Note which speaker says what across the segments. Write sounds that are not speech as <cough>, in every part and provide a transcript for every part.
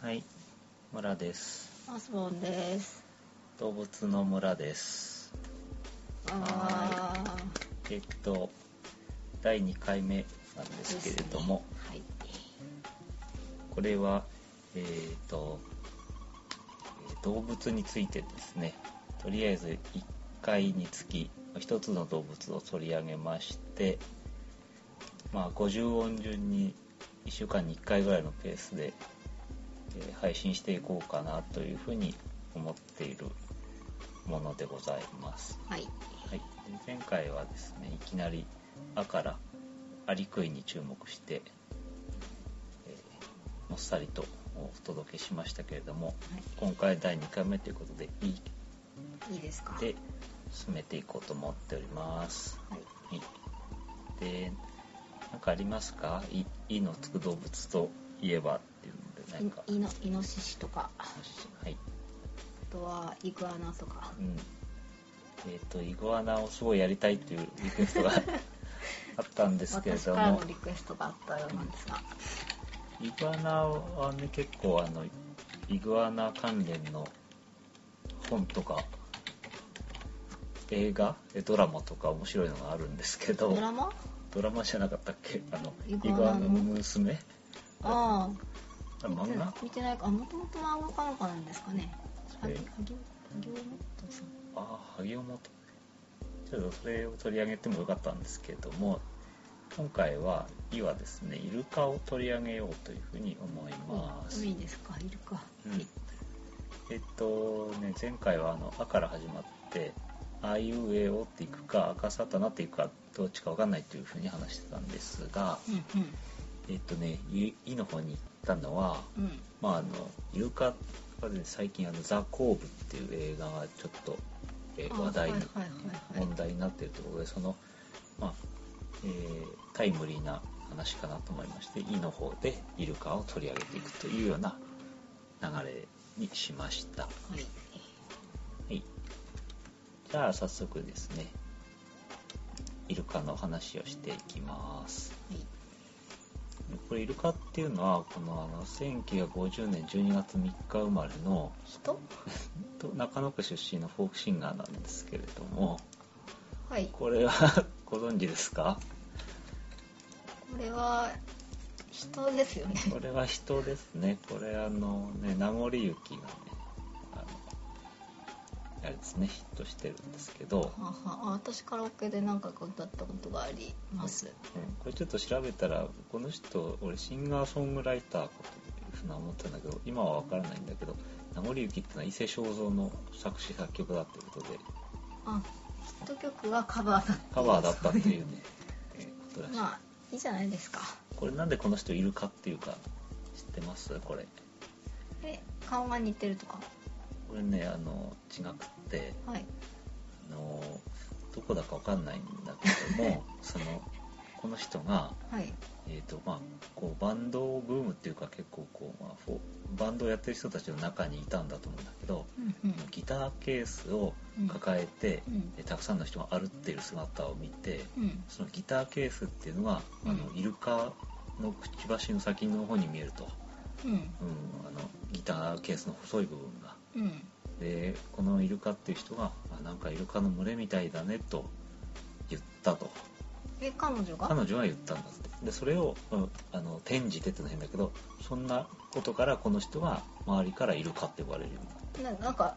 Speaker 1: はい、村です。
Speaker 2: アスボンです。
Speaker 1: 動物の村です。
Speaker 2: ああ、
Speaker 1: えっと、第2回目なんですけれども、
Speaker 2: はい。
Speaker 1: これは、えーっと、えー動物についてですね、とりあえず1回につき、1つの動物を取り上げまして、まあ、50音順に1週間に1回ぐらいのペースで、えー配信していこうかなというふうに思っているものでございます。
Speaker 2: はい。
Speaker 1: はい、で前回はですねいきなり「あ」から「アリクイ」に注目して、えーもっさりとお届けしましたけれども今回第2回目ということで「い」
Speaker 2: はい。いいですか。
Speaker 1: で進めていこうと思っております。
Speaker 2: はい。
Speaker 1: はい、で何かありますかい「い」のつく動物といえばっていうので何か。
Speaker 2: い、いの、イノシシとか、あ
Speaker 1: はい
Speaker 2: とはイグアナとか
Speaker 1: う。んえっ、とイグアナをすごいやりたいというリクエス
Speaker 2: <laughs>
Speaker 1: トがあったんですけれ
Speaker 2: 私
Speaker 1: ど
Speaker 2: から
Speaker 1: も
Speaker 2: のリクエストがあったようなんですが。
Speaker 1: イグアナはね結構あのイグアナ関連の本とか映画えドラマとか面白いのがあるんですけど
Speaker 2: ドラマ。
Speaker 1: ドラマじゃなかったっけあのイ
Speaker 2: イ
Speaker 1: グ
Speaker 2: グ
Speaker 1: ア
Speaker 2: アナの
Speaker 1: ナの娘
Speaker 2: あ
Speaker 1: あ
Speaker 2: あ。
Speaker 1: 漫画
Speaker 2: 見て見てないか、あ、もともと漫画かなんかなんですかね。
Speaker 1: そ
Speaker 2: はぎ、
Speaker 1: れ
Speaker 2: はぎ、はぎおもっとさん。
Speaker 1: ああ萩尾もとちょっとそれを取り上げてもよかったんですけれども今回は「い」はですねイルカを取り上げようというふうに思います、
Speaker 2: 海ですか、いるか。
Speaker 1: うんえっとね前回はあの「あ」から始まって「あいうえお」っていくか「赤さたな」っていくかどっちかわかんないというふうに話してたんですが
Speaker 2: うん、
Speaker 1: えっとね「い」いの方に行ったのは
Speaker 2: うん、うん。
Speaker 1: まああのイルカがね最近あの「ザ・コーブ」っていう映画がちょっと、えー
Speaker 2: あ
Speaker 1: 話題
Speaker 2: はい
Speaker 1: に
Speaker 2: はいはいはい
Speaker 1: 問。題になっているところでその、まあえータイムリーな話かなと思いまして「イ」の方でイルカを取り上げていくというような流れにしました。は
Speaker 2: はい。
Speaker 1: い、じゃあ早速ですねイルカの話をしていきます。
Speaker 2: はい。
Speaker 1: これイルカっていうのはこのあの1950年12月3日生まれの <laughs>
Speaker 2: 人。
Speaker 1: と中野区出身のフォークシンガーなんですけれども
Speaker 2: はい。こ
Speaker 1: これは <laughs> ご存知ですか
Speaker 2: れは。人ですよね。
Speaker 1: これは人ですね。これあのね、名残雪がね、あの、あれですね、ヒットしてるんですけど、
Speaker 2: ははあ私カラオケで何回か歌ったことがあります。
Speaker 1: うんこれちょっと調べたら、この人、俺シンガーソングライターかというふうに思ってたんだけど、今はわからないんだけど、名残雪ってのは伊勢正蔵の作詞作曲だってことで、
Speaker 2: あ、ヒット曲はカバーだった。
Speaker 1: カバーだったっていうね、えーことらしい。
Speaker 2: まあいいじゃないですか。
Speaker 1: これなんでこの人いるかっていうか、知ってますこれ。
Speaker 2: え、顔が似てるとか。
Speaker 1: これね、あの、違くって、
Speaker 2: はい。
Speaker 1: あのどこだかわかんないんだけ
Speaker 2: <laughs>
Speaker 1: どもそのこの人が、
Speaker 2: はい。
Speaker 1: えーとまあ、こうバンドブームっていうか結構こう、まあフォーバンドをやってる人たちの中にいたんだと思うんだけど
Speaker 2: うんうん。
Speaker 1: ギターケースを抱えて、
Speaker 2: うん
Speaker 1: えたくさんの人が歩ってる姿を見て
Speaker 2: うん。
Speaker 1: そのギターケースっていうのが、あの
Speaker 2: うん
Speaker 1: イルカのくちばしの先の方に見えると、
Speaker 2: うん。
Speaker 1: うん、あのギターケースの細い部分が。
Speaker 2: うん。
Speaker 1: でこのイルカっていう人があ「なんかイルカの群れみたいだね」と言ったと
Speaker 2: え、彼女が。
Speaker 1: 彼女は言ったんだってでそれを、うんあの転じてってのは変だけどそんなことからこの人が周りからイルカって呼ばれるようになっ
Speaker 2: ななんか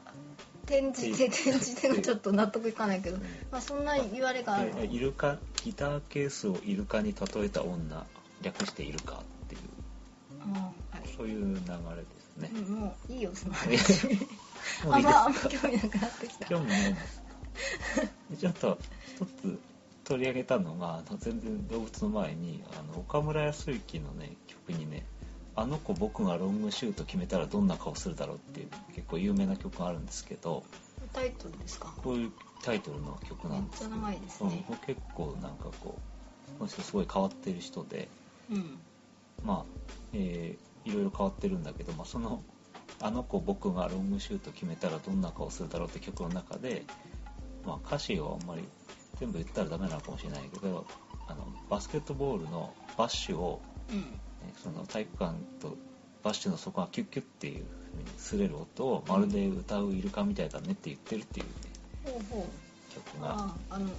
Speaker 2: 転じて転じてがちょっと納得いかないけど、まあそんな言われがある
Speaker 1: た。でイルカギターケースをイルカに例えた女略してイルカっていう
Speaker 2: あはい
Speaker 1: そういう流れですね
Speaker 2: う、んもういいよその話。
Speaker 1: もう
Speaker 2: あ
Speaker 1: い
Speaker 2: ん
Speaker 1: いです
Speaker 2: まあ
Speaker 1: か
Speaker 2: んま興味なくなってきた。
Speaker 1: 今日もね <laughs> ちょっと一つ取り上げたのがあの全然動物の前にあの岡村康之のね曲にね「あの子僕がロングシュート決めたらどんな顔するだろう」っていう結構有名な曲があるんですけど
Speaker 2: タイトルですか。
Speaker 1: こういうタイトルの曲なんですけど
Speaker 2: めっちゃ長いですね
Speaker 1: うん、結構なんかこうこの人すごい変わってる人で
Speaker 2: うん。
Speaker 1: まあ、えーいろいろ変わってるんだけど、まあ、その「あの子僕がロングシュート決めたらどんな顔するだろう」って曲の中で、まあ、歌詞をあんまり全部言ったらダメなのかもしれないけどあのバスケットボールのバッシュを、
Speaker 2: うん。
Speaker 1: ねその体育館とバッシュの底がキュッキュッっていう風に擦れる音をまるで歌うイルカみたいだねって言ってるっていうね
Speaker 2: ほうほう
Speaker 1: 曲が、
Speaker 2: あああの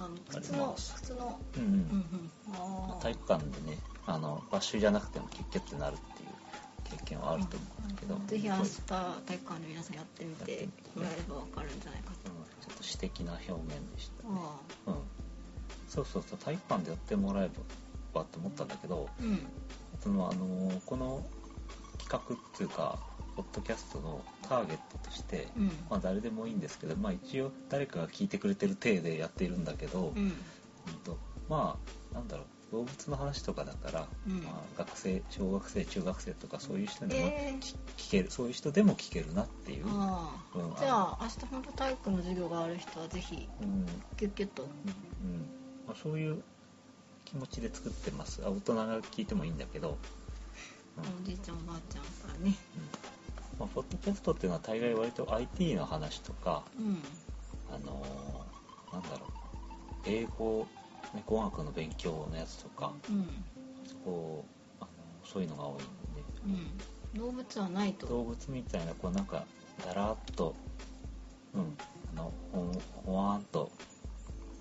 Speaker 2: あの靴
Speaker 1: あり
Speaker 2: の
Speaker 1: ます
Speaker 2: 靴の
Speaker 1: うんう
Speaker 2: うん
Speaker 1: ん
Speaker 2: うんあ
Speaker 1: 体育館でねあのバッシュじゃなくてもキュッキュッってなるっていう経験はあると思うんだけど、
Speaker 2: あぜひ明
Speaker 1: うん
Speaker 2: 日
Speaker 1: ちょ
Speaker 2: 体育館の皆さんやってみ
Speaker 1: やって
Speaker 2: て
Speaker 1: みて
Speaker 2: もらえればわかるんじゃないかと
Speaker 1: っと詩的な表現でしたね、
Speaker 2: あ
Speaker 1: うん、そうそうそう体育館でやってもらえばと思ったんだけど、
Speaker 2: あうん
Speaker 1: そのあのこの企画っていうかポッドキャストのターゲットとして、
Speaker 2: うん
Speaker 1: まあ、誰でもいいんですけど、まあ、一応誰かが聞いてくれてる体でやっているんだけど、
Speaker 2: うん
Speaker 1: うんとまあなんだろう動物の話とかだから、
Speaker 2: うん
Speaker 1: まあ、学生小学生中学生とかそういう人でも
Speaker 2: えー
Speaker 1: 聞ける、そういう人でも聞けるなっていう、うん
Speaker 2: あ
Speaker 1: うん
Speaker 2: あじゃあ明日本当体育の授業がある人はぜひ
Speaker 1: うん
Speaker 2: キュッキュッと
Speaker 1: まあ、そういう気持ちで作ってますあ大人が聞いてもいいんだけど、
Speaker 2: おじいちゃんおばあちゃんからね
Speaker 1: まあ、ポッドキャストっていうのは大概割と IT の話とか、
Speaker 2: うん
Speaker 1: あのーなんだろう英語、ね、語学の勉強のやつとか
Speaker 2: うん
Speaker 1: こう、あのーそういうのが多いんで
Speaker 2: うん動物はないと
Speaker 1: 動物みたいなこうなんかだらっとうんあのほんほわーんと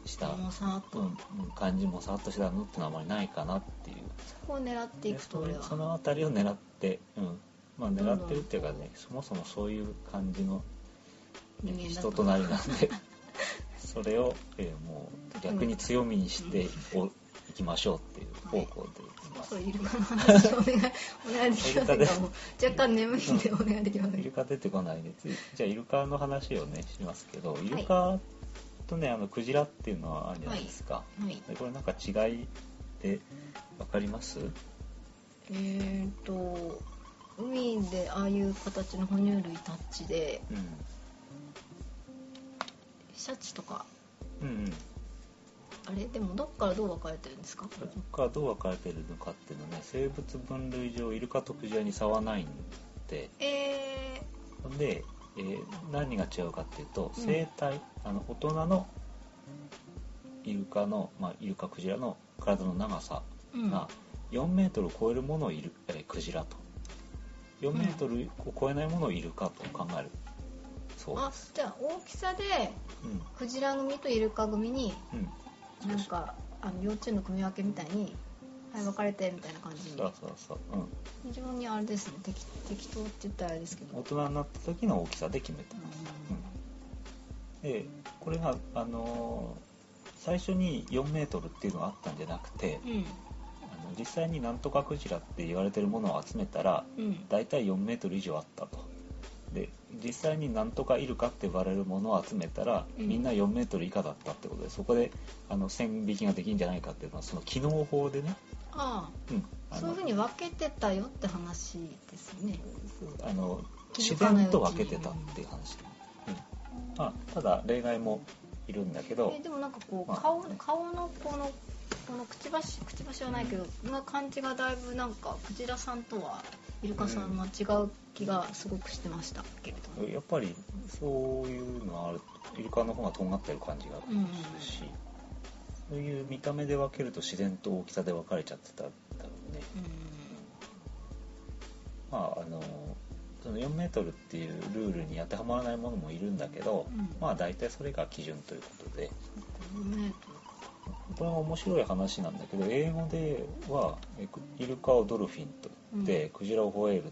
Speaker 1: した、
Speaker 2: もうさーっ
Speaker 1: う
Speaker 2: と
Speaker 1: んうん、感じもさっとしたのってのはあまりないかなっていう
Speaker 2: そこを狙っていくと
Speaker 1: で
Speaker 2: 俺
Speaker 1: それそ
Speaker 2: は
Speaker 1: の辺りを狙って、うんまあ、
Speaker 2: どんど
Speaker 1: 狙
Speaker 2: ん
Speaker 1: ってるっていうかねそもそもそういう感じのね
Speaker 2: 人間だと
Speaker 1: 人となりなん
Speaker 2: <laughs>
Speaker 1: でそれを、えーもう逆に強みにしておいきましょうっていう方向でい
Speaker 2: そ
Speaker 1: き
Speaker 2: ろ
Speaker 1: ま
Speaker 2: そ
Speaker 1: す
Speaker 2: ろイルカの話をお願いお願いできませんかもう若干眠いんでお願いできません
Speaker 1: イ
Speaker 2: か
Speaker 1: ルカ出てこないでついじゃあイルカの話をねしますけどイルカとねあのクジラっていうのはあるじゃないですか、
Speaker 2: はい
Speaker 1: でこれなんか違いって分かります
Speaker 2: えーっと海でああいう形の哺乳類タッチで
Speaker 1: うん
Speaker 2: シャチとか
Speaker 1: うんうん
Speaker 2: あれでもどっからどう分かれてるんですか
Speaker 1: イルカはどう分かれてるのかっていうのはね生物分類上イルカとクジラに差はないんで
Speaker 2: え
Speaker 1: ほんで、えー何が違うかっていうと
Speaker 2: うん
Speaker 1: 生態、あの大人のイルカの、まあ、イルカクジラの体の長さ
Speaker 2: ー、うん
Speaker 1: が4メートルを超えるものをイル、えークジラと4メートルを超えないものをイルカと考えるそう
Speaker 2: あ
Speaker 1: です
Speaker 2: じゃあ大きさで
Speaker 1: うん
Speaker 2: クジラ組とイルカ組に
Speaker 1: うん
Speaker 2: なんかあの幼虫の組み分けみたいにはい分かれてみたいな感じに
Speaker 1: そうそうそう、うん、
Speaker 2: 非常にあれですね適適当って言ったらあれですけど、う
Speaker 1: 大人になった時の大きさで決めて
Speaker 2: ん
Speaker 1: でこれが、あのー最初に4メートルっていうのがあったんじゃなくて
Speaker 2: うん
Speaker 1: あの実際になんとかクジラって言われてるものを集めたら
Speaker 2: うん
Speaker 1: 大体4メートル以上あったとで実際になんとかイルカって呼ばれるものを集めたら
Speaker 2: うん
Speaker 1: みんな4メートル以下だったってことでそこであの線引きができるんじゃないかっていうのはその機能法でね、
Speaker 2: あ
Speaker 1: うん、あ
Speaker 2: あそういう
Speaker 1: の
Speaker 2: ふうに分けてたよって話ですね
Speaker 1: あの
Speaker 2: 気
Speaker 1: 自
Speaker 2: づかないうち
Speaker 1: 然
Speaker 2: に
Speaker 1: と分けてたっていう話、うんまあ、ただ例外もいるんだけど
Speaker 2: えでもなんかこう
Speaker 1: まあ
Speaker 2: 顔顔のこのこのくちばしくちばしはないけど、な感じがだいぶなんかクジラさんとはイルカさんは違う気がすごくしてましたけれども、
Speaker 1: やっぱりそういうのはあるイルカの方がとんがってる感じが
Speaker 2: うんうん
Speaker 1: するし、そういう見た目で分けると自然と大きさで分かれちゃってたんだろうねまああのその4メートルっていうルールに当てはまらないものもいるんだけど、
Speaker 2: うん
Speaker 1: まあ大体それが基準ということで
Speaker 2: うんうん
Speaker 1: これは面白い話なんだけど英語ではえイルカをドルフィンと言って、
Speaker 2: う
Speaker 1: クジラをホエール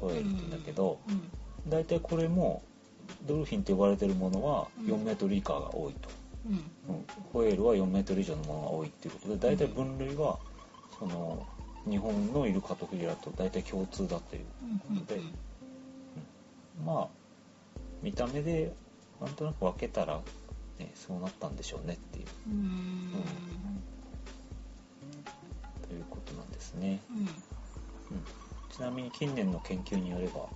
Speaker 1: ホエールって言うんだけど、
Speaker 2: うん
Speaker 1: 大体これもドルフィンと呼ばれてるものは
Speaker 2: うん
Speaker 1: 4メートル以下が多いと、
Speaker 2: うん
Speaker 1: うんホエールは4メートル以上のものが多いっていうことで大体分類はその日本のイルカとクジラと大体共通だという
Speaker 2: うんうん
Speaker 1: でまあ見た目でなんとなく分けたら、ね、そうなったんでしょうねっていう
Speaker 2: うんうん
Speaker 1: ということなんですね、
Speaker 2: うん
Speaker 1: うん、ちなみに近年の研究によれば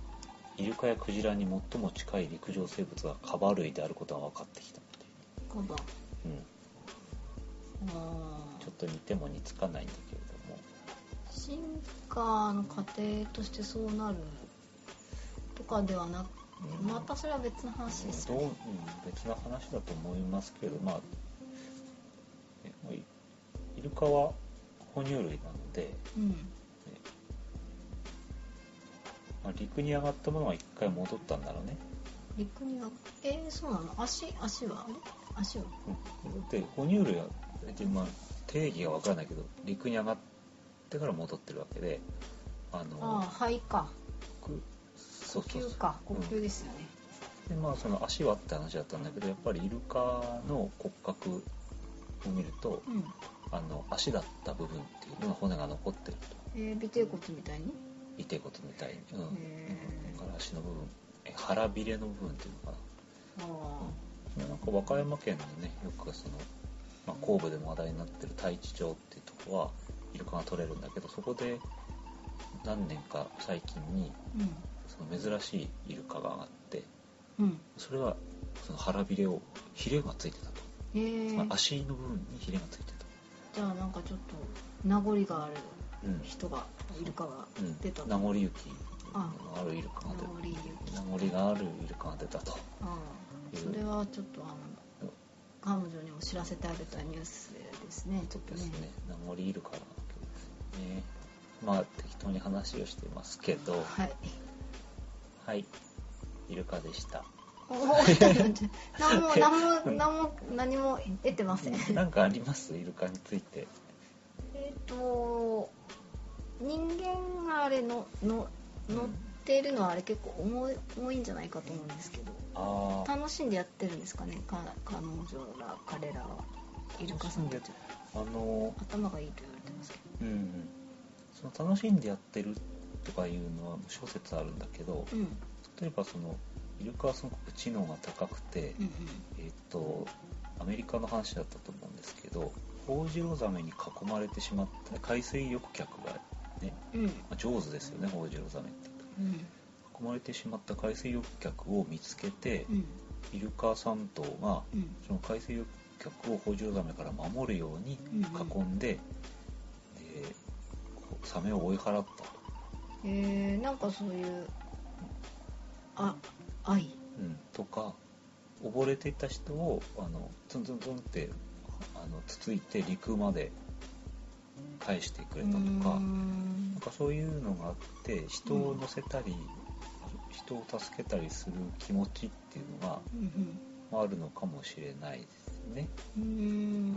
Speaker 1: イルカやクジラに最も近い陸上生物はカバ類であることが分かってきたってい
Speaker 2: カバ
Speaker 1: う、うん
Speaker 2: あ
Speaker 1: ちょっと似ても似つかないんだけれども、
Speaker 2: ー進化の過程としてそうなるとかではなく
Speaker 1: うん
Speaker 2: またそれは別の話です
Speaker 1: ど
Speaker 2: よ
Speaker 1: うう
Speaker 2: ね
Speaker 1: ん別な話だと思いますけどまあえまあイイルカは哺乳類なので
Speaker 2: うん
Speaker 1: えまあ、陸に上がったものは一回戻ったんだろうね。
Speaker 2: 陸にはえー、そうなの足足はあれ足は
Speaker 1: うん、で哺乳類は、でまあ、定義が分からないけど陸に上がってから戻ってるわけであの
Speaker 2: ああ肺か
Speaker 1: くそ
Speaker 2: 呼
Speaker 1: うそうそう
Speaker 2: 吸か呼
Speaker 1: う
Speaker 2: 吸
Speaker 1: ん
Speaker 2: ですよね、
Speaker 1: でまあその足はって話だったんだけどやっぱりイルカの骨格を見ると
Speaker 2: うん
Speaker 1: あの足だった部分っていうのが骨が残ってると
Speaker 2: えー、尾てい骨みたいに
Speaker 1: いてことみたいに、うん
Speaker 2: へー
Speaker 1: だから足の部分え腹びれの部分っていうのか
Speaker 2: ああ
Speaker 1: ななんか和歌山県のねよくその、まあ、神戸でも話題になってる太地町っていうとこはイルカが取れるんだけどそこで何年か最近にその珍しいイルカが上がって
Speaker 2: うんうん
Speaker 1: それはその腹びれをヒレがついてたと、
Speaker 2: えー
Speaker 1: まあ、足の部分にヒレがついてた
Speaker 2: じゃあなんかちょっと名残がある
Speaker 1: うん
Speaker 2: 人がイルカが
Speaker 1: うん
Speaker 2: 出た
Speaker 1: 名残雪
Speaker 2: あ
Speaker 1: のあるイルカ
Speaker 2: 名
Speaker 1: が
Speaker 2: 残
Speaker 1: 出
Speaker 2: 雪
Speaker 1: た名残があるイルカが出たと
Speaker 2: ああそれはちょっとあの
Speaker 1: うん
Speaker 2: 彼女にも知らせてあげたいニュースですねちょっと
Speaker 1: で
Speaker 2: ね
Speaker 1: すね名残いるからなわけですねまあ適当に話をしてますけど
Speaker 2: はい
Speaker 1: はいイルカでした
Speaker 2: おー何も何も何も何も得てません
Speaker 1: なんかありますイルカについて
Speaker 2: えっと人間があれのの乗ってるのはあれ結構重い重いんじゃないかと思うんですけど
Speaker 1: ああ
Speaker 2: 楽しんでやってるんですかねか彼女ら彼らはイルカさんたちは
Speaker 1: あの
Speaker 2: 頭がいいと言われてますけ
Speaker 1: う
Speaker 2: ど
Speaker 1: んうんその楽しんでやってるとかいうのは諸説あるんだけど
Speaker 2: うんうん
Speaker 1: 例えばそのイルカはすごく知能が高くて
Speaker 2: うん
Speaker 1: えっとアメリカの話だったと思うんですけどホオジロザメに囲まれてしまった海水浴客がね、
Speaker 2: うん
Speaker 1: まあ上手ですよねホオジロザメって
Speaker 2: うん
Speaker 1: 囲まれてしまった海水浴客を見つけて、
Speaker 2: うん
Speaker 1: イルカ3頭が
Speaker 2: うん
Speaker 1: その海水浴客をホジロザメから守るように
Speaker 2: うん
Speaker 1: 囲んで、でこうサメを追い払ったと、
Speaker 2: えー、なんかそういうあ愛
Speaker 1: うん、とか溺れていた人をあのツンツンツンってあのつついて陸まで返してくれたと
Speaker 2: うー
Speaker 1: か。
Speaker 2: ん
Speaker 1: なんかそういうのがあって人を乗せたり、人を助けたりする気持ちっていうのが
Speaker 2: うん
Speaker 1: まああるのかもしれないですね。
Speaker 2: うんうーん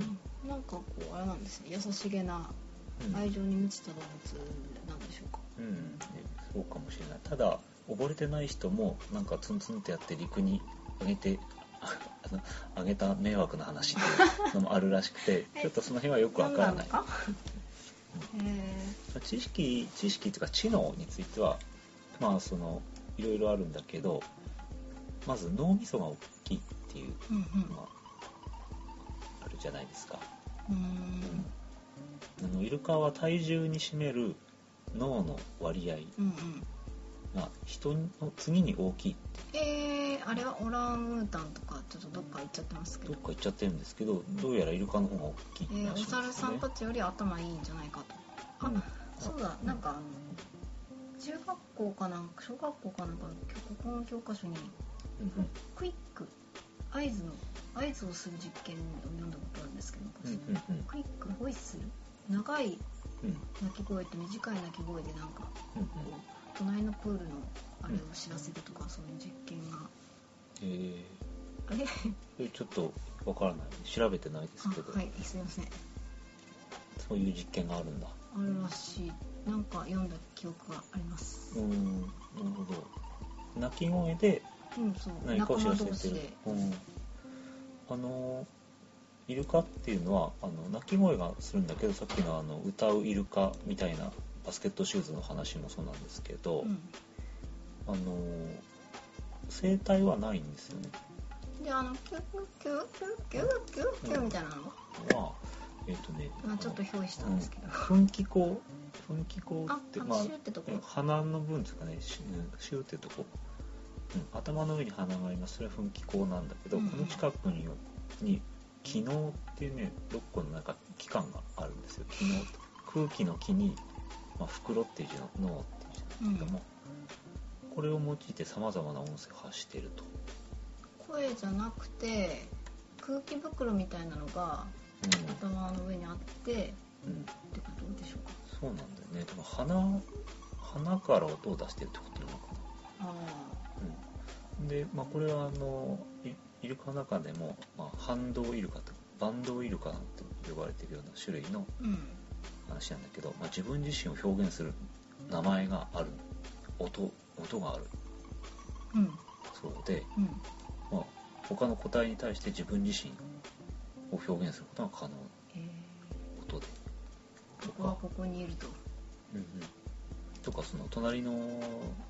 Speaker 2: なんかこうあれなんですね優しげな
Speaker 1: うん
Speaker 2: 愛情に満ちた動物なんでしょうか
Speaker 1: うん、そうかもしれない。ただ溺れてない人もなんかツンツンってやって陸に上げて <laughs> あの上げた迷惑な話っていう
Speaker 2: <laughs>
Speaker 1: のもあるらしくて
Speaker 2: え
Speaker 1: ちょっとその辺はよくわからない
Speaker 2: 何。なのかえ
Speaker 1: 知識知識というか知能についてはまあそのいろいろあるんだけどまず脳みそが大きいっていう
Speaker 2: ー、うん
Speaker 1: のがあるじゃないですか。
Speaker 2: うんうーん
Speaker 1: あのイルカは体重に占める脳の割合
Speaker 2: うんうん
Speaker 1: が人の次に大きい
Speaker 2: えー、あれはオランウータンとかちょっとどっか行っちゃってますけ
Speaker 1: ど
Speaker 2: ど
Speaker 1: っか、行っちゃってるんですけどどうやらイルカの方が大きい
Speaker 2: え
Speaker 1: ら
Speaker 2: ー、お
Speaker 1: しいん
Speaker 2: 猿
Speaker 1: です
Speaker 2: さ
Speaker 1: よ
Speaker 2: ん
Speaker 1: ね
Speaker 2: た。ちより頭いいんじゃないかとあ、
Speaker 1: うん
Speaker 2: そうだなんかあの中学校かなんか小学校かなんかの国語の教科書に
Speaker 1: うんうん
Speaker 2: クイック合図の合図をする実験を読んだことあるんですけど
Speaker 1: うん
Speaker 2: 昔、
Speaker 1: うんうん
Speaker 2: クイックホイッスル長い
Speaker 1: うん
Speaker 2: 鳴き声って短い鳴き声でなんか
Speaker 1: うんうん
Speaker 2: こう隣のプールのあれを知らせるとか、そういう実験が
Speaker 1: え
Speaker 2: あれ
Speaker 1: ーでちょっとわからない調べてないですけど、
Speaker 2: あはいすいません
Speaker 1: そういう実験があるんだ。
Speaker 2: あるらしいなんか読んだ記憶がありま
Speaker 1: う
Speaker 2: す
Speaker 1: ーんなるほど鳴き声で
Speaker 2: うんそう
Speaker 1: 何か
Speaker 2: 仲
Speaker 1: を知
Speaker 2: 間
Speaker 1: らせ
Speaker 2: 同士
Speaker 1: てる
Speaker 2: で、
Speaker 1: うん、あのイルカっていうのはあの鳴き声がするんだけどさっきのあの歌うイルカみたいなバスケットシューズの話もそうなんですけど、
Speaker 2: うん
Speaker 1: あの声帯はないんですよね。
Speaker 2: であのキュッキュッキュッキュッキュッキュッみたいなのが、
Speaker 1: まあえっ、とね
Speaker 2: あちょっと表示したんですけど、
Speaker 1: 噴気口噴気口
Speaker 2: あ
Speaker 1: って
Speaker 2: あ
Speaker 1: ま
Speaker 2: の
Speaker 1: あ
Speaker 2: シューってとこ、
Speaker 1: 鼻の分ですかねシュシューってとこ、うん、頭の上に鼻がありますそれは噴気孔なんだけど、
Speaker 2: うんうん
Speaker 1: この近くにに気嚢っていうね6個のなんか器官があるんですよ気嚢って空気の気に、まあ、袋っていう字の脳っていう字なんですけども、これを用いてさまざまな音声を発していると、
Speaker 2: 声じゃなくて空気袋みたいなのが頭の上にあってって
Speaker 1: うんうん、
Speaker 2: ことでしょうか
Speaker 1: そうなんだよねでも鼻花から音を出してるってことなのか
Speaker 2: あ
Speaker 1: な、うん、で、まあ、これはあのイイルカの中でも、まあ、反動イルカとバンドウイルカなんて呼ばれてるような種類の
Speaker 2: ーうん
Speaker 1: 話なんだけど、まあ、自分自身を表現する名前がある音音がある
Speaker 2: うん
Speaker 1: そうで、
Speaker 2: うん
Speaker 1: まあ、他の個体に対して自分自身を表現することが可能な
Speaker 2: え
Speaker 1: 音で
Speaker 2: ー、僕はここにいると
Speaker 1: うんうん、とかその隣の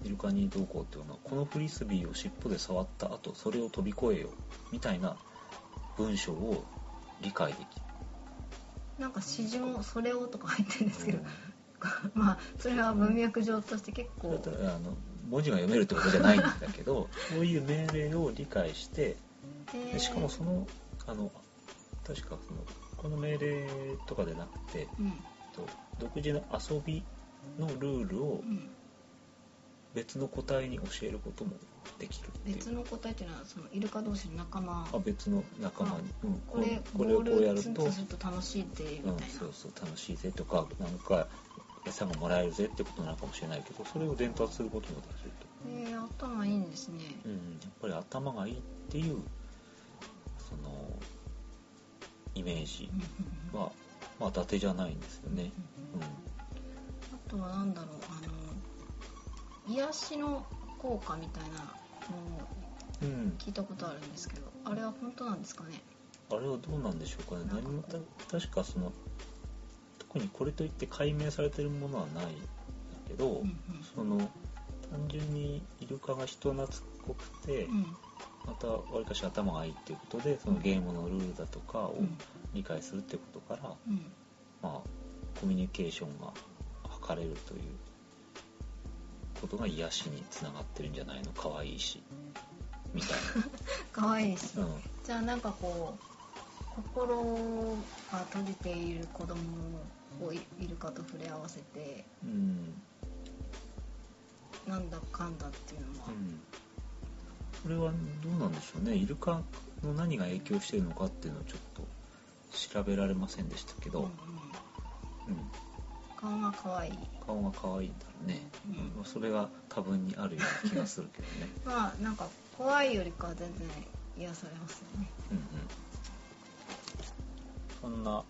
Speaker 1: イルカにどうこうっていうのはこのフリスビーを尻尾で触った後それを飛び越えよみたいな文章を理解でき
Speaker 2: なんか詩人それをとか入ってるんですけ
Speaker 1: る
Speaker 2: ど、まあそれは文脈上として結
Speaker 1: だ
Speaker 2: 構
Speaker 1: からあの文字が読めるってことじゃないんだけど <laughs> そういう命令を理解して
Speaker 2: え
Speaker 1: でしかもそのあの確かそのこの命令とかでなくて
Speaker 2: うん
Speaker 1: と独自の遊びのルールを
Speaker 2: うん
Speaker 1: 別の個体に教えることもできるっていう
Speaker 2: 別の答えっていうのはそのイルカ同士の仲間
Speaker 1: あ別の仲間に、うん、
Speaker 2: これ
Speaker 1: こ
Speaker 2: ボ
Speaker 1: れを
Speaker 2: ー
Speaker 1: こうや
Speaker 2: ル
Speaker 1: る
Speaker 2: ツン
Speaker 1: と、
Speaker 2: とすると楽しいってみた
Speaker 1: う
Speaker 2: い
Speaker 1: ん
Speaker 2: な、、
Speaker 1: そうそう楽しいぜとかなんか餌がもらえるぜってことなのかもしれないけどそれを伝達することもできると、
Speaker 2: えー、頭いいんですね
Speaker 1: うんうん、やっぱり頭がいいっていうそのイメージ
Speaker 2: うんうんうん
Speaker 1: は、まあ、伊達じゃないんですよね、
Speaker 2: うん
Speaker 1: うん、
Speaker 2: あとはなんだろうあの癒しの効果みたいなのを
Speaker 1: うん、
Speaker 2: 聞いたことあるんですけどあれは本当なんですかね
Speaker 1: あれはどうなんでしょうかね
Speaker 2: なんか
Speaker 1: 何もた確かその特にこれといって解明されてるものはないんだけど、
Speaker 2: うんうん
Speaker 1: その単純にイルカが人懐っこくて、
Speaker 2: うん
Speaker 1: またわりかし頭がいいっていうことでそのゲームのルールだとかを
Speaker 2: うん
Speaker 1: 理解するってことから、
Speaker 2: うん
Speaker 1: まあ、コミュニケーションが図れるということが癒しにつながってるんじゃないの可愛いしみたい
Speaker 2: 可愛いし <laughs>
Speaker 1: な、うん、
Speaker 2: じゃあなんかこう心が閉じている子供をいイルカと触れ合わせて
Speaker 1: うん
Speaker 2: なんだかんだっていうのは
Speaker 1: う、ん、それはどうなんでしょうねイルカの何が影響してるのかっていうのをちょっと調べられませんでしたけ
Speaker 2: うんう
Speaker 1: ど
Speaker 2: ん、
Speaker 1: うん、
Speaker 2: 顔が可愛い
Speaker 1: 顔が可愛いんだろうね、
Speaker 2: うん
Speaker 1: うんそれが多分にあるような気がするけどね
Speaker 2: まあなんか怖いよりかは全然癒されますよね
Speaker 1: <laughs> うんうんそんな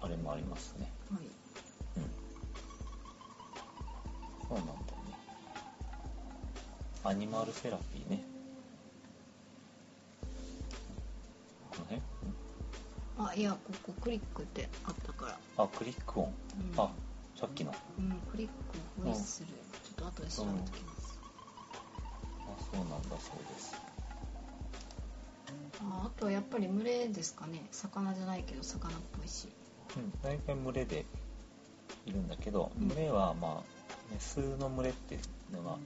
Speaker 1: あれもありますね
Speaker 2: はい
Speaker 1: うんそうなんだよねアニマルセラピーねこの辺うん
Speaker 2: あいやここクリックってあったから、
Speaker 1: あクリック音
Speaker 2: うん、
Speaker 1: あさっきのあ
Speaker 2: うんクリックをホイッスルちょっと後で調べてきます、
Speaker 1: そうなんだそうです
Speaker 2: ああとはやっぱり群れですかね魚じゃないけど魚っぽいし
Speaker 1: うん大体群れでいるんだけど、
Speaker 2: うん
Speaker 1: 群れはまあメスの群れっていうのが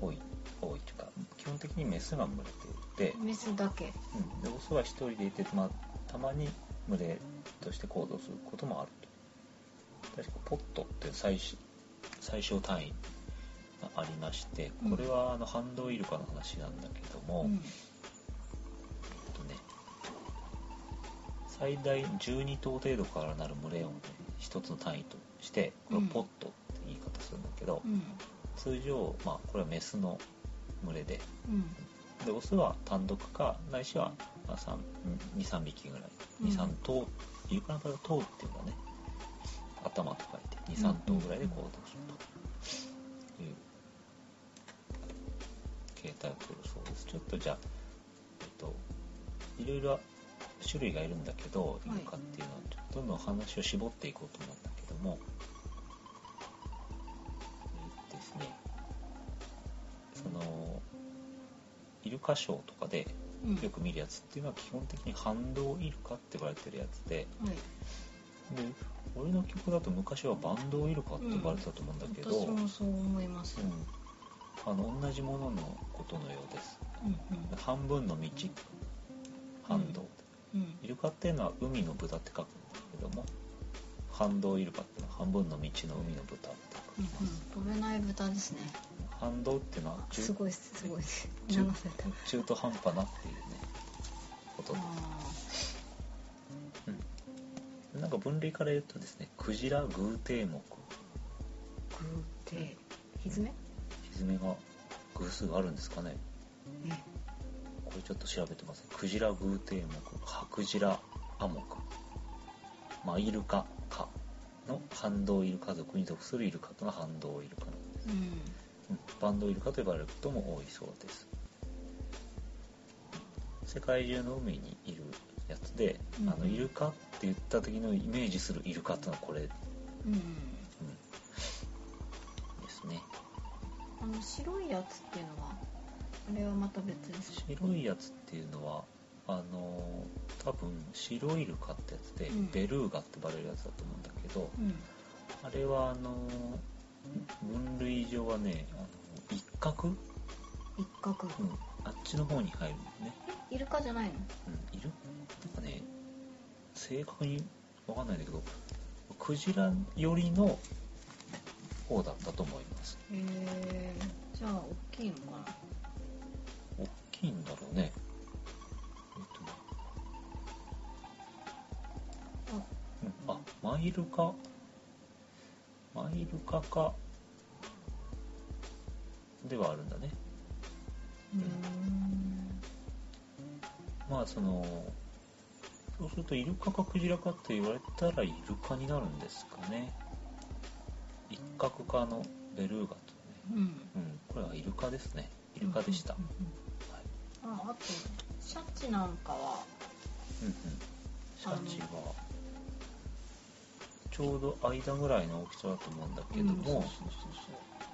Speaker 1: 多い多いというか基本的にメスが群れていて、
Speaker 2: メスだけ
Speaker 1: うん、でオスは一人でいて、まあ、たまに群れとして行動することもあると確かポットって最小最小単位がありましてこれはあのハンドウイルカの話なんだけども、
Speaker 2: うん
Speaker 1: えっとね最大12頭程度からなる群れを、ね、一つの単位としてこれをポットって言い方するんだけど、
Speaker 2: うん
Speaker 1: 通常、まあ、これはメスの群れで
Speaker 2: うん
Speaker 1: でオスは単独かないしは23匹ぐらい
Speaker 2: うん
Speaker 1: 23頭イルカの場合は頭っていうのはね頭と書いて23頭ぐらいで行動するという形態を取るそうですちょっとじゃあえっといろいろ種類がいるんだけどイ
Speaker 2: はい
Speaker 1: ルカっていうのはちょっとどんどん話を絞っていこうと思うんだけどもえーですねそのイルカショーとかで
Speaker 2: うん
Speaker 1: よく見るやつっていうのは基本的に反動イルカって呼ばれてるやつで
Speaker 2: はい
Speaker 1: で俺の記憶だと昔はバンドウイルカって呼ばれてたと思うんだけど、
Speaker 2: 私
Speaker 1: うん
Speaker 2: もそう思います、
Speaker 1: あの同じもののことのようです
Speaker 2: うん
Speaker 1: 半分の道反動、
Speaker 2: うんうん
Speaker 1: イルカっていうのは海の豚って書くんだけども反動イルカっていうのは半分の道の海の豚って書
Speaker 2: う
Speaker 1: き
Speaker 2: ん
Speaker 1: ます、
Speaker 2: うん飛べない豚ですね
Speaker 1: 反動っていうのは中
Speaker 2: すごいですすごいです流
Speaker 1: 中
Speaker 2: された
Speaker 1: 中途半端なっていうねことで
Speaker 2: あ
Speaker 1: なんか分類から言うとですねクジラ偶蹄目
Speaker 2: ーグーテひずめ
Speaker 1: ひずめが偶数があるんですかね
Speaker 2: うん
Speaker 1: これちょっと調べてますクジラ偶蹄目ハクジラアモクマイルカカの反動イルカ族に属するイルカとの反動イルカの
Speaker 2: うん
Speaker 1: うんバンドイルカと呼ばれることも多いそうです世界中の海にいるやつで、
Speaker 2: うん
Speaker 1: あのイルカって言った時のイメージするイルカってのはこれ、うん、で
Speaker 2: うん
Speaker 1: すね
Speaker 2: あの白いやつっていうのはあれはまた別ですか
Speaker 1: 白いやつっていうのはあのー多分白イルカってやつで、
Speaker 2: うん
Speaker 1: ベルーガって呼ばれるやつだと思うんだけど、
Speaker 2: うん
Speaker 1: あれはあのー分類上はねあの一角、うん、
Speaker 2: 一角
Speaker 1: あっちの方に入るんだよね
Speaker 2: えイルカじゃないの
Speaker 1: うんいるなんかね正確にわかんないんだけどクジラ寄りの方だったと思います
Speaker 2: へえじゃあ大きいのかな
Speaker 1: 大きいんだろうねえっとね
Speaker 2: あ
Speaker 1: うんあマイルカマイルカかではあるんだね
Speaker 2: うーん
Speaker 1: まあそのそうするとイルカかクジラかって言われたらイルカになるんですかね一角化のベルーガとね
Speaker 2: うん
Speaker 1: うんこれはイルカですねイルカでした、
Speaker 2: うん
Speaker 1: はい
Speaker 2: うんうんああとシャチなんかは
Speaker 1: うんうんシャチはちょうど間ぐらいの大きさだと思うんだけど
Speaker 2: うんそう
Speaker 1: も、
Speaker 2: そうそう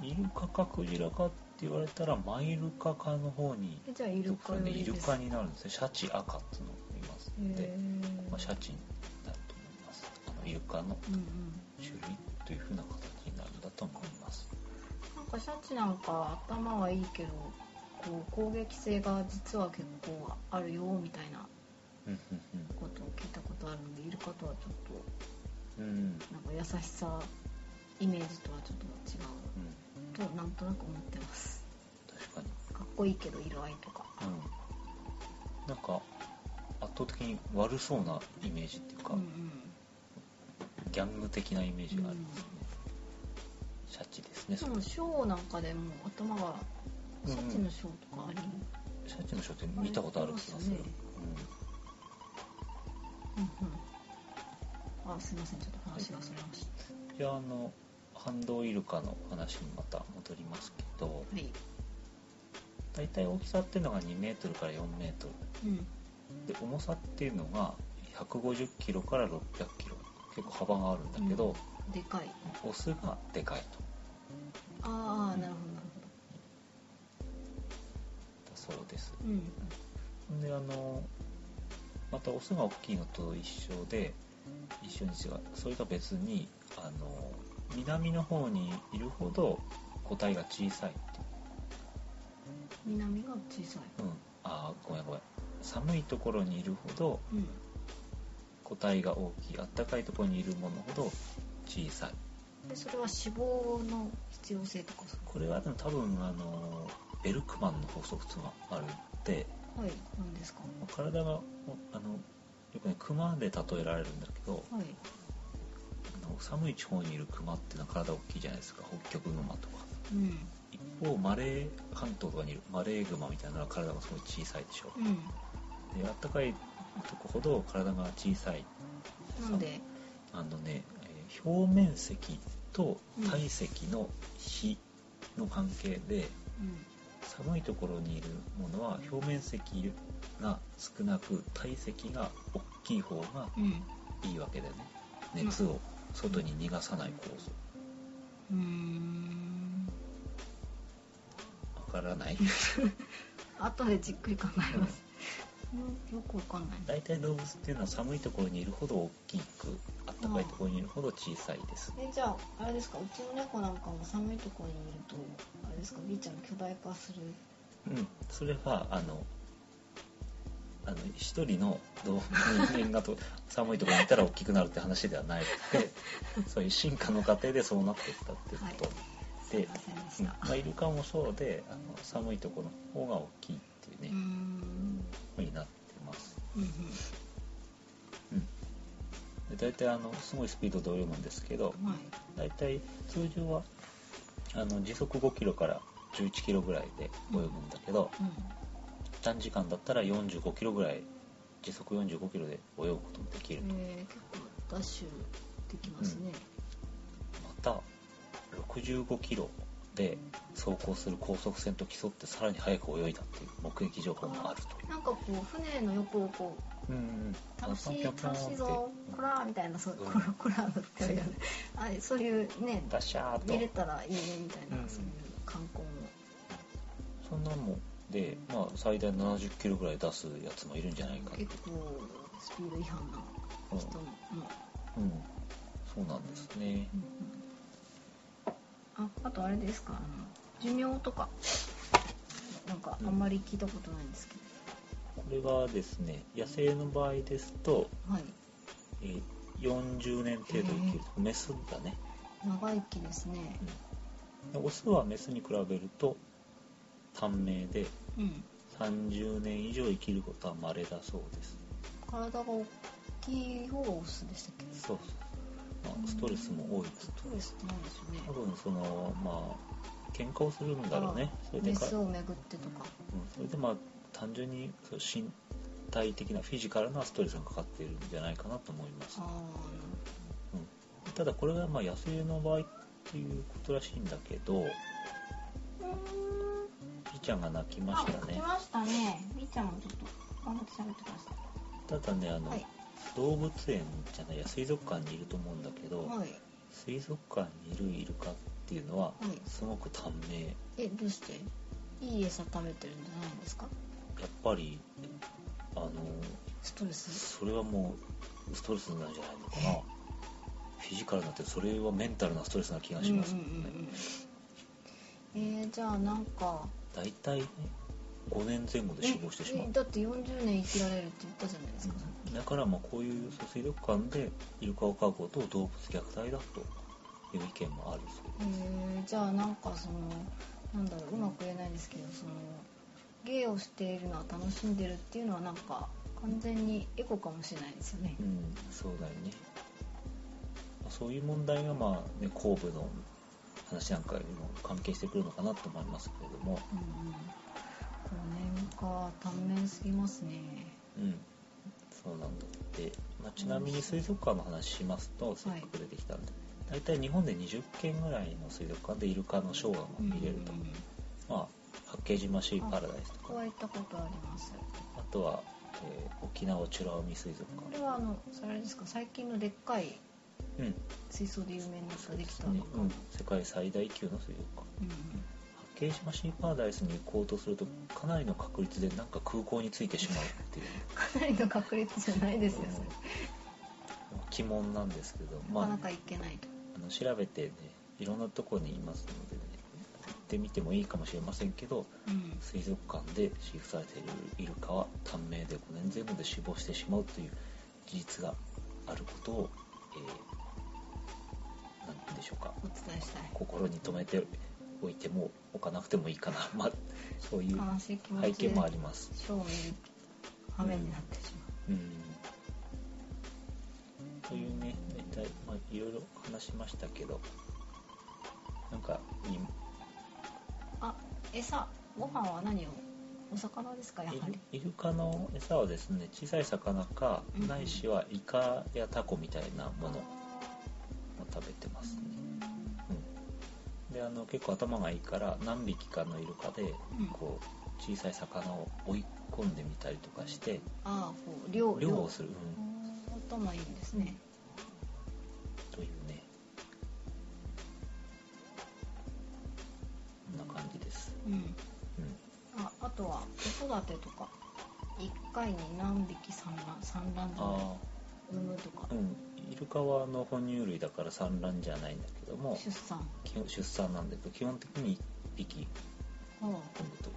Speaker 2: そう
Speaker 1: イルカかクジラかって言われたらマイルカかの方に
Speaker 2: えじゃあイルカ
Speaker 1: そう
Speaker 2: よ
Speaker 1: ね
Speaker 2: り
Speaker 1: イル
Speaker 2: です
Speaker 1: カになるんですねシャチ赤っていうのがいますので
Speaker 2: へ、ー
Speaker 1: まあ、シャチになると思いますあのイルカの
Speaker 2: うんうん
Speaker 1: 種類というふうな形になるんだと思います
Speaker 2: なんかシャチなんか頭はいいけどこう攻撃性が実は結構あるよみたいな
Speaker 1: うん
Speaker 2: ことを聞いたことあるのでイルカとはちょっ
Speaker 1: うんうんうん
Speaker 2: となんか優しさイメージとはちょっと
Speaker 1: うん
Speaker 2: 違うとなんとなく思ってます
Speaker 1: 確かに
Speaker 2: かっこいいけど色合いとか
Speaker 1: うんなんか圧倒的に悪そうなイメージっていうか、
Speaker 2: うん
Speaker 1: ギャング的なイメージがありますね、シャチですね
Speaker 2: うん、でもショーなんかでも頭が
Speaker 1: うん
Speaker 2: シ
Speaker 1: うん
Speaker 2: ャチのショーとかあり、
Speaker 1: シャチの書って見たことある気がする、
Speaker 2: ありうんうんあすいませんちょっと話がそれました
Speaker 1: うん、じゃああの反動イルカの話にまた戻りますけど
Speaker 2: はい
Speaker 1: 大体大きさっていうのが2メートルから4メートル
Speaker 2: うん
Speaker 1: で重さっていうのが150キロから600キロ結構幅があるんだけど、
Speaker 2: でかい
Speaker 1: オスがでかいと
Speaker 2: ああなるほどなるほ
Speaker 1: だそうです
Speaker 2: どうん
Speaker 1: であのまたオスが大きいのと一緒で一緒に違うそれとは別にあの南の方にいるほど個体が小さいっていう
Speaker 2: 南が小さ
Speaker 1: う
Speaker 2: い
Speaker 1: ん、あーごめんごめん寒いところにいるほど
Speaker 2: うん
Speaker 1: 個体が大きいあったかいところにいるものほど小さい
Speaker 2: でそれは脂肪の必要性とかそ
Speaker 1: これはでも多分あのベルクマンの法則っていうのがあるんで
Speaker 2: うはいなんですか
Speaker 1: 体があのよくね熊で例えられるんだけど
Speaker 2: はい
Speaker 1: あの寒い地方にいるクマっていうのは体大きいじゃないですか北極熊とか
Speaker 2: うん
Speaker 1: 一方マレー関東とかにいるマレーグマみたいなのは体がすごい小さいでしょ
Speaker 2: うん
Speaker 1: であったかいとこほど体が小さい
Speaker 2: なんで
Speaker 1: あのね、えー表面積と体積の比の関係で、
Speaker 2: うん
Speaker 1: 寒いところにいるものは表面積が少なく体積が大きい方が
Speaker 2: うん
Speaker 1: いいわけだよね
Speaker 2: うん
Speaker 1: 熱を外に逃がさない構造
Speaker 2: うーん
Speaker 1: わからない
Speaker 2: 後でじっくり考えます、うん、よくわかんない
Speaker 1: 大体動物っていうのは寒いところにいるほど大きくあったかいところにいるほど小さいです
Speaker 2: えじゃああれですかうちの猫なんかも寒いところにいるとあれですか B ちゃん巨大化する
Speaker 1: うんそれはあのあの一人の動物人間が
Speaker 2: <laughs>
Speaker 1: と寒いところにいたら大きくなるって話ではなくてそういう進化の過程でそうなっていったっていうこと、
Speaker 2: すいませんでし
Speaker 1: うん
Speaker 2: た
Speaker 1: まあ、イルカもそうであの寒いところの方が大きいっていう
Speaker 2: う
Speaker 1: ね
Speaker 2: ー、ん
Speaker 1: ふうになってます
Speaker 2: うんうん
Speaker 1: で大体あのすごいスピードで泳ぐんですけど
Speaker 2: はい
Speaker 1: 大体通常はあの時速5キロから11キロぐらいで泳ぐんだけど、
Speaker 2: うん
Speaker 1: 短時間だったら45キロぐらい時速45キロで泳ぐこともできると、
Speaker 2: えー結構ダッシュできますね、
Speaker 1: また65キロで走行する高速船と競ってさらに速く泳いだっていう目撃情報もあると
Speaker 2: なんかこう船の横をこう
Speaker 1: うんうん
Speaker 2: 楽しい楽しいぞこらーみたいなそう
Speaker 1: うん
Speaker 2: こらこらーって
Speaker 1: <laughs>
Speaker 2: あるよねあれそういうね
Speaker 1: ダッシャーっと
Speaker 2: 見れたらいいねみたいな、
Speaker 1: うん
Speaker 2: そういう観光も
Speaker 1: そんなもんで、まあ、最大70キロぐらい出すやつもいるんじゃないかって
Speaker 2: 結構スピード違反な
Speaker 1: うん
Speaker 2: 人も、
Speaker 1: うん、そうなんですね
Speaker 2: うんうんああとあれですかあの寿命とかなんかあんまり聞いたことないんですけど、
Speaker 1: これがですね野生の場合ですと、
Speaker 2: はい
Speaker 1: えー40年程度生きるメスだね
Speaker 2: 長生きですね
Speaker 1: でオスはメスに比べると短命で
Speaker 2: うん
Speaker 1: 30年以上生きることは稀だそうです
Speaker 2: 体が大きい方がオスでしたっけ
Speaker 1: そうそう、まあ、ストレスも多いです
Speaker 2: ストレスってなんですよね
Speaker 1: 多分そのまあ喧嘩をするんだろうねそれで
Speaker 2: メ
Speaker 1: か
Speaker 2: スを巡ってとか
Speaker 1: うんそれでまあ単純にそう身体的なフィジカルなストレスがかかっているんじゃないかなと思います
Speaker 2: ああ
Speaker 1: ただこれがまあ野生の場合っていうことらしいんだけど
Speaker 2: なるほ
Speaker 1: ピーちゃんが泣きま
Speaker 2: ど
Speaker 1: した
Speaker 2: あ来
Speaker 1: ね
Speaker 2: ましたねみーちゃんもちょっと頑張って喋ってました
Speaker 1: ただねあの、
Speaker 2: はい
Speaker 1: 動物園じゃないや水族館にいると思うんだけど、
Speaker 2: はい
Speaker 1: 水族館にいるイルカっていうのは
Speaker 2: はい
Speaker 1: すごく短命
Speaker 2: えどうしていい餌食べてるんじゃないんですか
Speaker 1: やっぱりあの
Speaker 2: ストレス
Speaker 1: それはもうストレスなんじゃないのかなフィジカルになってそれはメンタルなストレスな気がしますもんね、
Speaker 2: うんうんうんうんえー、じゃあなんか
Speaker 1: 大体ね5年前後で死亡してしまう
Speaker 2: ええだって40年生きられるって言ったじゃないですか、
Speaker 1: だからまあこういうそう水族館でイルカを飼うことを動物虐待だという意見もあるそう
Speaker 2: えー、じゃあなんかそのなんだろううまく言えないですけどその芸をしているのは楽しんでるっていうのはなんか完全にエコかもしれないですよね
Speaker 1: う、んそうだよねそういう問題がまあね後部の話なんかにも関係してくるのかなと思いますけれども
Speaker 2: うんうん、5年か短命すぎますね
Speaker 1: うんそうなんだって、まあ、ちなみに水族館の話しますとせっかく出てきたんで、大体日本で20軒ぐらいの水族館でイルカのショーが見れると、
Speaker 2: うんうんうん
Speaker 1: まあ八景島シーパラダイスとか
Speaker 2: ここは行ったことあります
Speaker 1: あとは、えー沖縄美ら海水族
Speaker 2: こ
Speaker 1: 館
Speaker 2: れはあのそれですか最近のでっかい
Speaker 1: うん、
Speaker 2: 水槽で有名になったできた
Speaker 1: ね
Speaker 2: のかな、
Speaker 1: うん、世界最大級の水族館
Speaker 2: うん
Speaker 1: 八景島シーパラダイスに行こうとするとかなりの確率でなんか空港に着いてしまうっていう
Speaker 2: かなりの確率じゃないですよ、それ
Speaker 1: うん鬼門なんですけどまあ
Speaker 2: なかなか行けないと、
Speaker 1: あの調べてねいろんなところにいますのでね行ってみてもいいかもしれませんけど
Speaker 2: うん
Speaker 1: 水族館で飼育されているイルカは短命で5年前後で死亡してしまうという事実があることを、えーなんて言うんでしょうか
Speaker 2: お伝えしたい
Speaker 1: 心に留めておいてもおかなくてもいいかな、 <laughs> まあ、そういう
Speaker 2: 悲しい気持
Speaker 1: 背
Speaker 2: ちで
Speaker 1: 景もあります。
Speaker 2: ショーを見る羽目になってし
Speaker 1: うんというね大体、まあ、いろいろ話しましたけどなんかいい
Speaker 2: まう、あ餌ご飯は何をお魚ですかやはり
Speaker 1: イルカの餌はですね小さい魚か
Speaker 2: うん
Speaker 1: ないしはイカやタコみたいなものを
Speaker 2: あ
Speaker 1: 食べて
Speaker 2: ー
Speaker 1: ますね、うん、であの結構頭がいいから何匹かのイルカで
Speaker 2: うん
Speaker 1: こう小さい魚を追い込んでみたりとかして
Speaker 2: あーこう漁
Speaker 1: 漁をする、
Speaker 2: あー頭いいんですね
Speaker 1: うん、というねこんな感じです、
Speaker 2: うん
Speaker 1: うん、
Speaker 2: ああとは子育てとか1回に何匹産卵産卵
Speaker 1: あ
Speaker 2: 産むとか
Speaker 1: あうんイルカはあの哺乳類だから産卵じゃないんだけども
Speaker 2: 出産
Speaker 1: 基本出産なんだけど基本的に1匹
Speaker 2: はあ
Speaker 1: 産むと、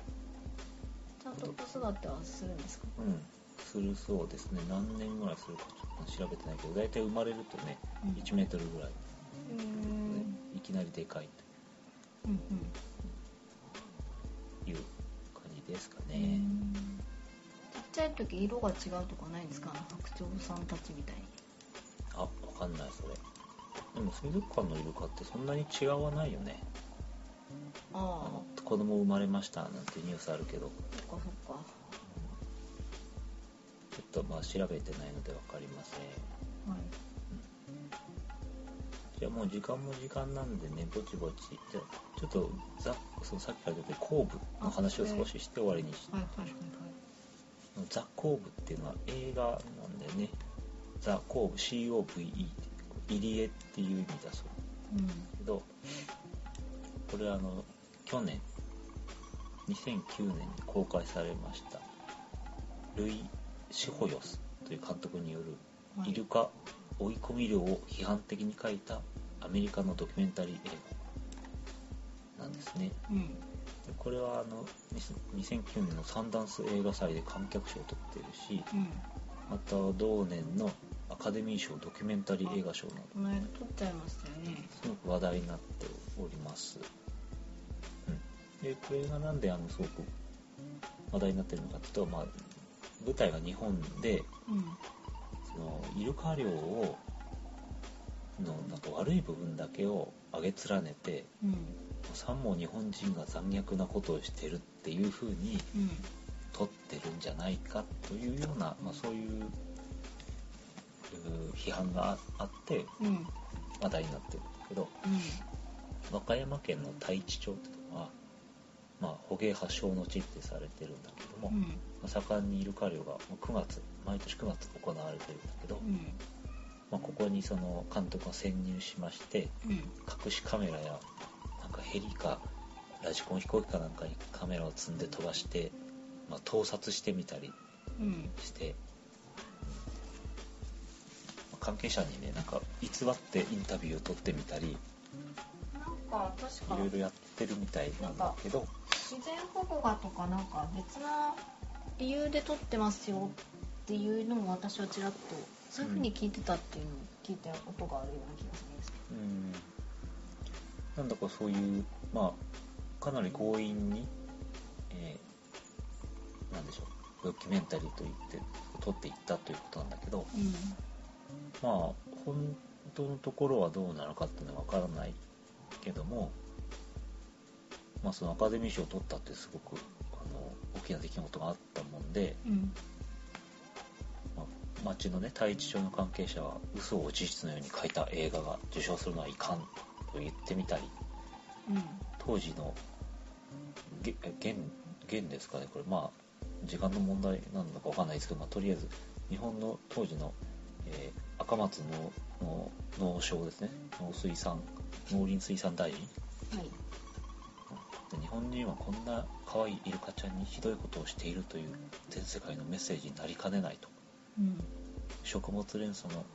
Speaker 2: ちゃんと子育てはするんですか
Speaker 1: うん、するそうですね何年ぐらいするかちょっと調べてないけど大体生まれるとね
Speaker 2: うん
Speaker 1: 1メートルぐらい、
Speaker 2: うーん
Speaker 1: いきなりでかい
Speaker 2: うんうん
Speaker 1: という感じですか
Speaker 2: う
Speaker 1: ね、
Speaker 2: んちっちゃい時色が違うとかないんですかあの白鳥さんたちみたいに
Speaker 1: あわかんないそれでも水族館のイルカってそんなに違わないよねあ
Speaker 2: あ
Speaker 1: の子供生まれましたなんてニュースあるけど
Speaker 2: あそっかそっか
Speaker 1: ちょっとまあ調べてないので分かりません
Speaker 2: はい
Speaker 1: じゃあもう時間も時間なんでねぼちぼちじゃあちょっとざっそのさっきから出て後部の話を少しして終わりにし
Speaker 2: はいはいはい
Speaker 1: ザ・コーブっていうのは映画なんだよねザ・コーブ COVE って入江っていう意味だそう
Speaker 2: はいうん
Speaker 1: けどこれあの去年2009年に公開されましたルイ・シホヨスという監督による
Speaker 2: はい
Speaker 1: イルカ追い込み漁を批判的に書いたアメリカのドキュメンタリー映画なんですね
Speaker 2: うん
Speaker 1: でこれはあの2009年のサンダンス映画祭で観客賞を取ってるし
Speaker 2: うん
Speaker 1: また同年のアカデミー賞ドキュメンタリー映画賞の
Speaker 2: この間撮っちゃいましたよね
Speaker 1: すごく話題になっております、うん、でこれがなんであのすごく話題になってるのかっていうと、まあ、舞台が日本で
Speaker 2: うん
Speaker 1: そのイルカ漁をのなんか悪い部分だけを上げ連ねて
Speaker 2: うん
Speaker 1: さも日本人が残虐なことをしてるっていう風に
Speaker 2: うん
Speaker 1: 撮ってるんじゃないかというような、まあ、そういううー批判があって
Speaker 2: うんうん
Speaker 1: 話題になってるんだけど和歌山県の太地町ってとこは、まあ、捕鯨発祥の地ってされてるんだけども、
Speaker 2: うん
Speaker 1: まあ盛んにイルカ漁がまあ9月毎年9月行われてるんだけど、
Speaker 2: うん
Speaker 1: まあ、ここにその監督が潜入しまして
Speaker 2: うん
Speaker 1: 隠しカメラやなんかヘリかラジコン飛行機かなんかにカメラを積んで飛ばして、まあ、盗撮してみたり
Speaker 2: うん
Speaker 1: して、まあ関係者にねなんか偽ってインタビューを取ってみたり
Speaker 2: なんか確
Speaker 1: い
Speaker 2: か
Speaker 1: ろいろやってるみたいなんだけど
Speaker 2: 自然保護がとかなんか別な理由で撮ってますよっていうのも私はちらっとそういうふうに聞いてたっていうのを聞いたことがあるような気がするんです
Speaker 1: うんなんだかそういうまあかなり強引に、えーなんでしょうドキュメンタリーと言って撮っていったということなんだけど、
Speaker 2: けど
Speaker 1: まあ本当のところはどうなのかっていうのは分からないけども、まあ、そのアカデミー賞を取ったってすごくあの大きな出来事があったもんで、
Speaker 2: うんうん
Speaker 1: まあ、町のね太一町の関係者は嘘を事実のように書いた映画が受賞するのはいかんと言ってみたり
Speaker 2: うん
Speaker 1: 当時のげ現現ですかねこれまあ時間の問題なのかわかんないですけど、まあ、とりあえず日本の当時の、えー赤松のの農省ですね農水産農林水産大臣
Speaker 2: はい
Speaker 1: で日本人はこんな可愛いイルカちゃんにひどいことをしているという全世界のメッセージになりかねないと
Speaker 2: うん
Speaker 1: 食物連鎖の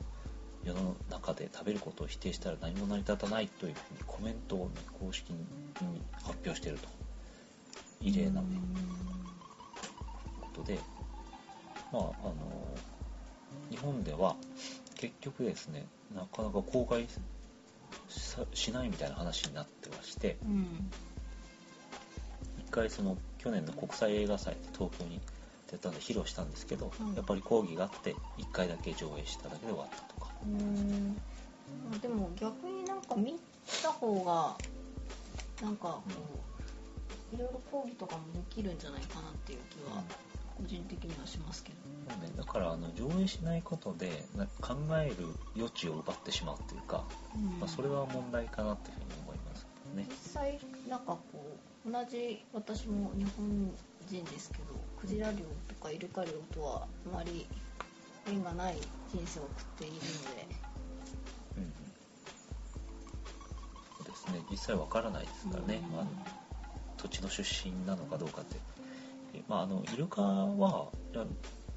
Speaker 1: 世の中で食べることを否定したら何も成り立たないというふうにコメントを、ね、公式に発表していると異例な、ねことで、まあ、あの日本では結局ですねなかなか公開さしないみたいな話になってまして
Speaker 2: うんうん
Speaker 1: 一回その去年の国際映画祭で東京に出たんで披露したんですけど、
Speaker 2: うん
Speaker 1: やっぱり抗議があって一回だけ上映しただけで終わったとか。
Speaker 2: うんまあでも逆になんか見た方がなんかこういろいろ講義とかもできるんじゃないかなっていう気は個人的にはしますけど
Speaker 1: そうね、だからあの上映しないことでな考える余地を奪ってしまうというか、
Speaker 2: うん
Speaker 1: まあ、それは問題かなというふうに思いますね
Speaker 2: 実。際なんかこう同じ私も日本人ですけどクジラ漁とかイルカ漁とはあまり縁がない人生を送っているので
Speaker 1: うんうん、そうですね実際わからないですからね、まあ、土地の出身なのかどうかって。でまあ、あのイルカはいや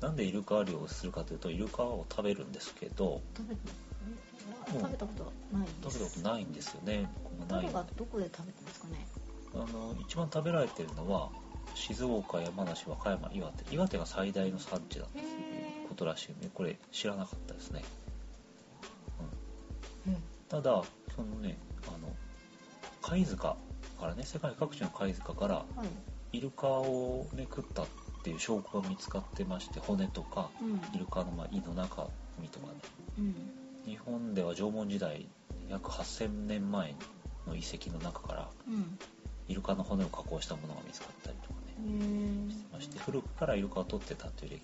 Speaker 1: なんでイルカ漁をするかというとイルカを食べるんですけど
Speaker 2: 食べ
Speaker 1: うん
Speaker 2: 食べたことはないで
Speaker 1: 食
Speaker 2: す
Speaker 1: べたことないんですよね。僕もない
Speaker 2: 誰がどこで食べてますかね
Speaker 1: あの一番食べられてるのは静岡山梨和歌山岩手岩手が最大の産地だということらしいねこれ知らなかったですねただそのねあの貝塚からね世界各地の貝塚から
Speaker 2: はい
Speaker 1: イルカを、ね、食ったっていう証拠が見つかってまして骨とか
Speaker 2: うん
Speaker 1: イルカのまあ胃の中身とかね
Speaker 2: うん
Speaker 1: 日本では縄文時代約8000年前の遺跡の中から
Speaker 2: うん
Speaker 1: イルカの骨を加工したものが見つかったりとかね
Speaker 2: うーん
Speaker 1: してまして古くからイルカを取ってたという歴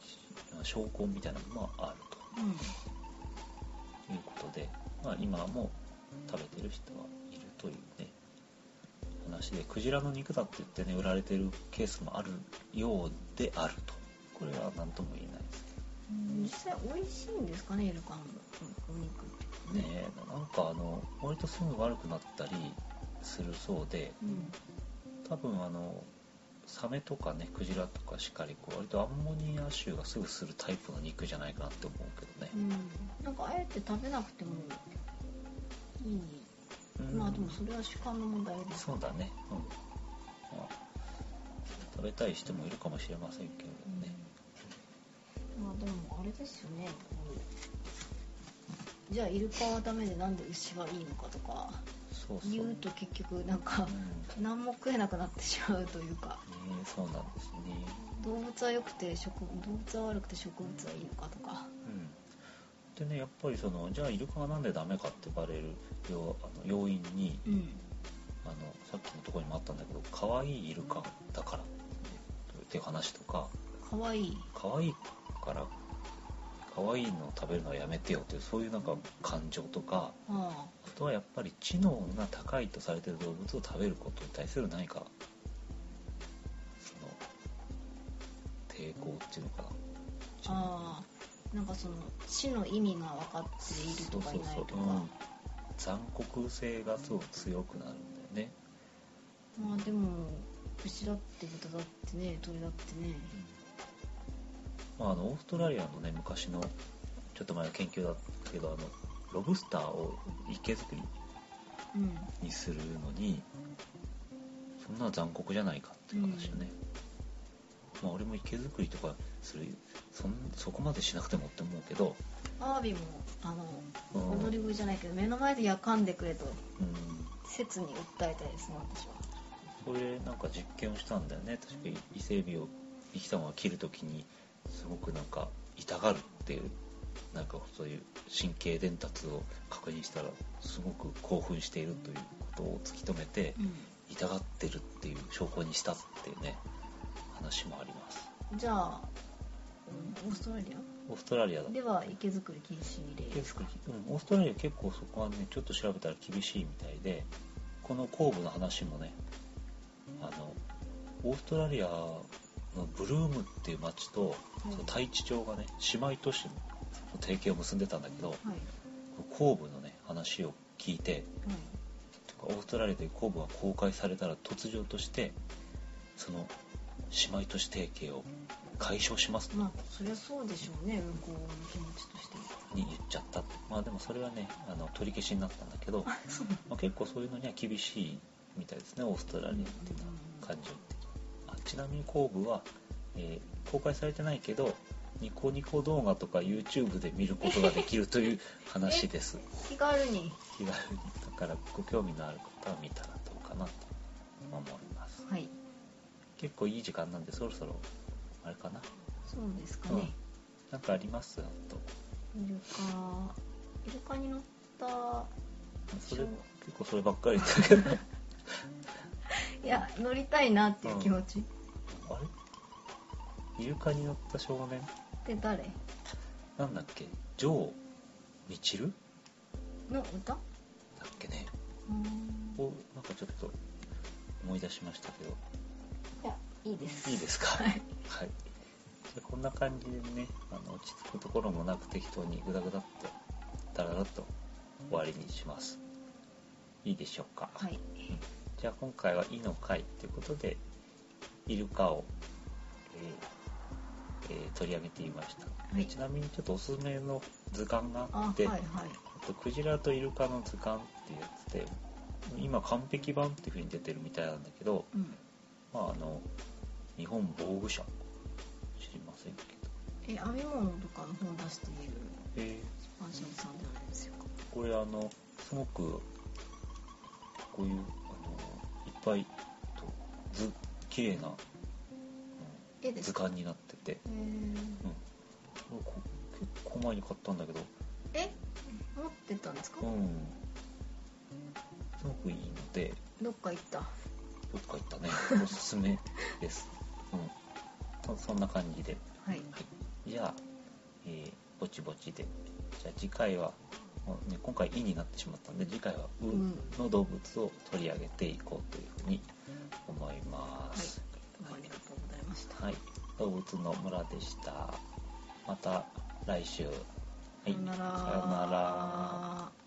Speaker 1: 史証拠みたいなのもある
Speaker 2: うん
Speaker 1: ということで、まあ、今も食べてる人はいるというね話でクジラの肉だって言ってね売られてるケースもあるようであるとこれは何とも言えないです
Speaker 2: 実際美味しいんですかねイルカのお肉って
Speaker 1: けどねなんかあの割とすぐ悪くなったりするそうで
Speaker 2: うん
Speaker 1: 多分あのサメとかねクジラとかしっかりこう割とアンモニア臭がすぐするタイプの肉じゃないかなって思うけどね、
Speaker 2: うんなんかあえて食べなくてもい
Speaker 1: う
Speaker 2: い、
Speaker 1: ん
Speaker 2: まあでもそれは主観の問題です
Speaker 1: そうだね、うんまあ、食べたい人もいるかもしれませんけれど
Speaker 2: うん
Speaker 1: ね、
Speaker 2: まあでもあれですよねこうじゃあイルカはダメでなんで牛はいいのかとか
Speaker 1: そうそう、
Speaker 2: 言
Speaker 1: うん
Speaker 2: うと結局なんか何も食えなくなってしまうというか
Speaker 1: ねそうなんですね、
Speaker 2: 動物は良くて植動物は悪くて植物はいいのかとか
Speaker 1: うん、でねやっぱりそのじゃあイルカがなんでダメかって言われる要あの要因に
Speaker 2: うん
Speaker 1: あのさっきのところにもあったんだけど可愛いイルカだからっていう話とか
Speaker 2: 可愛い
Speaker 1: 可愛いから可愛いのを食べるのはやめてよっていうそういうなんか感情とか
Speaker 2: ああ
Speaker 1: あとはやっぱり知能が高いとされている動物を食べることに対する何かその抵抗っていうのかな知能
Speaker 2: ああなんかその死の意味が分かっているとかいないとか
Speaker 1: うん残酷性がすごく強くなるんだよね、
Speaker 2: まあでも牛だって豚だってね鳥だってね
Speaker 1: まあ、あのオーストラリアのね昔のちょっと前の研究だったけどあのロブスターを池作り
Speaker 2: うん
Speaker 1: にするのにそんな残酷じゃないかっていう話よね、まあ俺も池作りとかするそんそこまでしなくてもって思うけど
Speaker 2: アワビもあの
Speaker 1: うん、う
Speaker 2: 踊り
Speaker 1: ん、
Speaker 2: 食いじゃないけど目の前でやかんでくれと切に訴えたいですね私は
Speaker 1: それでなんか実験をしたんだよね確か伊勢海老を生きたまま切るときにすごくなんか痛がるっていうなんかそういう神経伝達を確認したらすごく興奮しているということを突き止めて痛がってるっていう証拠にしたっていうね話もあります
Speaker 2: うんじゃあ、うん、オーストラリ
Speaker 1: オーストラリアだ
Speaker 2: アでは池作り禁止令
Speaker 1: ですか、うん、オーストラリア結構そこはねちょっと調べたら厳しいみたいでこの後部の話もねあのオーストラリアのブルームっていう町と
Speaker 2: はい
Speaker 1: その太地町がね姉妹都市の提携を結んでたんだけど
Speaker 2: はい
Speaker 1: 後部のね話を聞いて
Speaker 2: はい
Speaker 1: とかオーストラリアで後部が公開されたら突如としてその姉妹都市提携を解消します
Speaker 2: まあそりゃそうでしょうね向こうの気持ちと <laughs> して
Speaker 1: に言っちゃったまあでもそれはねあの取り消しになったんだけど
Speaker 2: あそうなの
Speaker 1: まあ、結構そういうのには厳しいみたいですねオーストラリアっていうのは感情的にあちなみに後部は、えー公開されてないけどニコニコ動画とか YouTube で見ることができるという話です
Speaker 2: 気軽に
Speaker 1: 気軽にだからご興味のある方は見たらどうかなと思います
Speaker 2: はい
Speaker 1: 結構いい時間なんでそろそろあれかな
Speaker 2: そうですかね、
Speaker 1: なんかありますあと
Speaker 2: イルカイルカに乗った
Speaker 1: それ
Speaker 2: そう
Speaker 1: 結構そればっかりだけ <laughs> ど
Speaker 2: いや乗りたいなっていう気持ち、っ
Speaker 1: あれイルカに乗った少年
Speaker 2: て誰
Speaker 1: なんだっけジョー・ミチル
Speaker 2: の歌う
Speaker 1: だっけね
Speaker 2: ーん
Speaker 1: をなんかちょっと思い出しましたけど
Speaker 2: いやいいです
Speaker 1: いいですか
Speaker 2: は
Speaker 1: はい
Speaker 2: い、
Speaker 1: じゃあこんな感じでねあの落ち着くところもなく適当にグダグダっとダラダラっと終わりにしますいいでしょうか、
Speaker 2: はい
Speaker 1: じゃあ今回は「イの回」ということでイルカを、えーえー取り上げてみました、
Speaker 2: はい
Speaker 1: ちなみにちょっとおすすめの図鑑が
Speaker 2: あ
Speaker 1: あ
Speaker 2: は
Speaker 1: っ
Speaker 2: い
Speaker 1: て
Speaker 2: はい
Speaker 1: えっとクジラとイルカの図鑑っていうやつで今完璧版っていう風に出てるみたいなんだけど、
Speaker 2: うん
Speaker 1: まあ、あの日本防具社知りませんけど、
Speaker 2: え編み物とかの本を出している
Speaker 1: え
Speaker 2: 出版社さんではないですよ
Speaker 1: ーこれあのすごくこういうあのいっぱいと図綺麗なう
Speaker 2: 絵
Speaker 1: ん
Speaker 2: で
Speaker 1: 図
Speaker 2: すか
Speaker 1: 鑑になってて、
Speaker 2: えー
Speaker 1: うん、こ結構前に買ったんだけど
Speaker 2: え持ってたんですか、
Speaker 1: うんすごくいいので
Speaker 2: どっか行った
Speaker 1: どっか行った
Speaker 2: <laughs>
Speaker 1: ねおすすめです、うん、そそんな感じで
Speaker 2: はい
Speaker 1: じゃあ、えーぼちぼちでじゃあ次回は、もうね、今回「い」になってしまったんで次回は「う
Speaker 2: うん」
Speaker 1: の動物を取り上げていこうというふうに思います、
Speaker 2: どうもありがとうございました、
Speaker 1: はい、動物の村でした。また来週。はい、
Speaker 2: さようなら
Speaker 1: さようなら。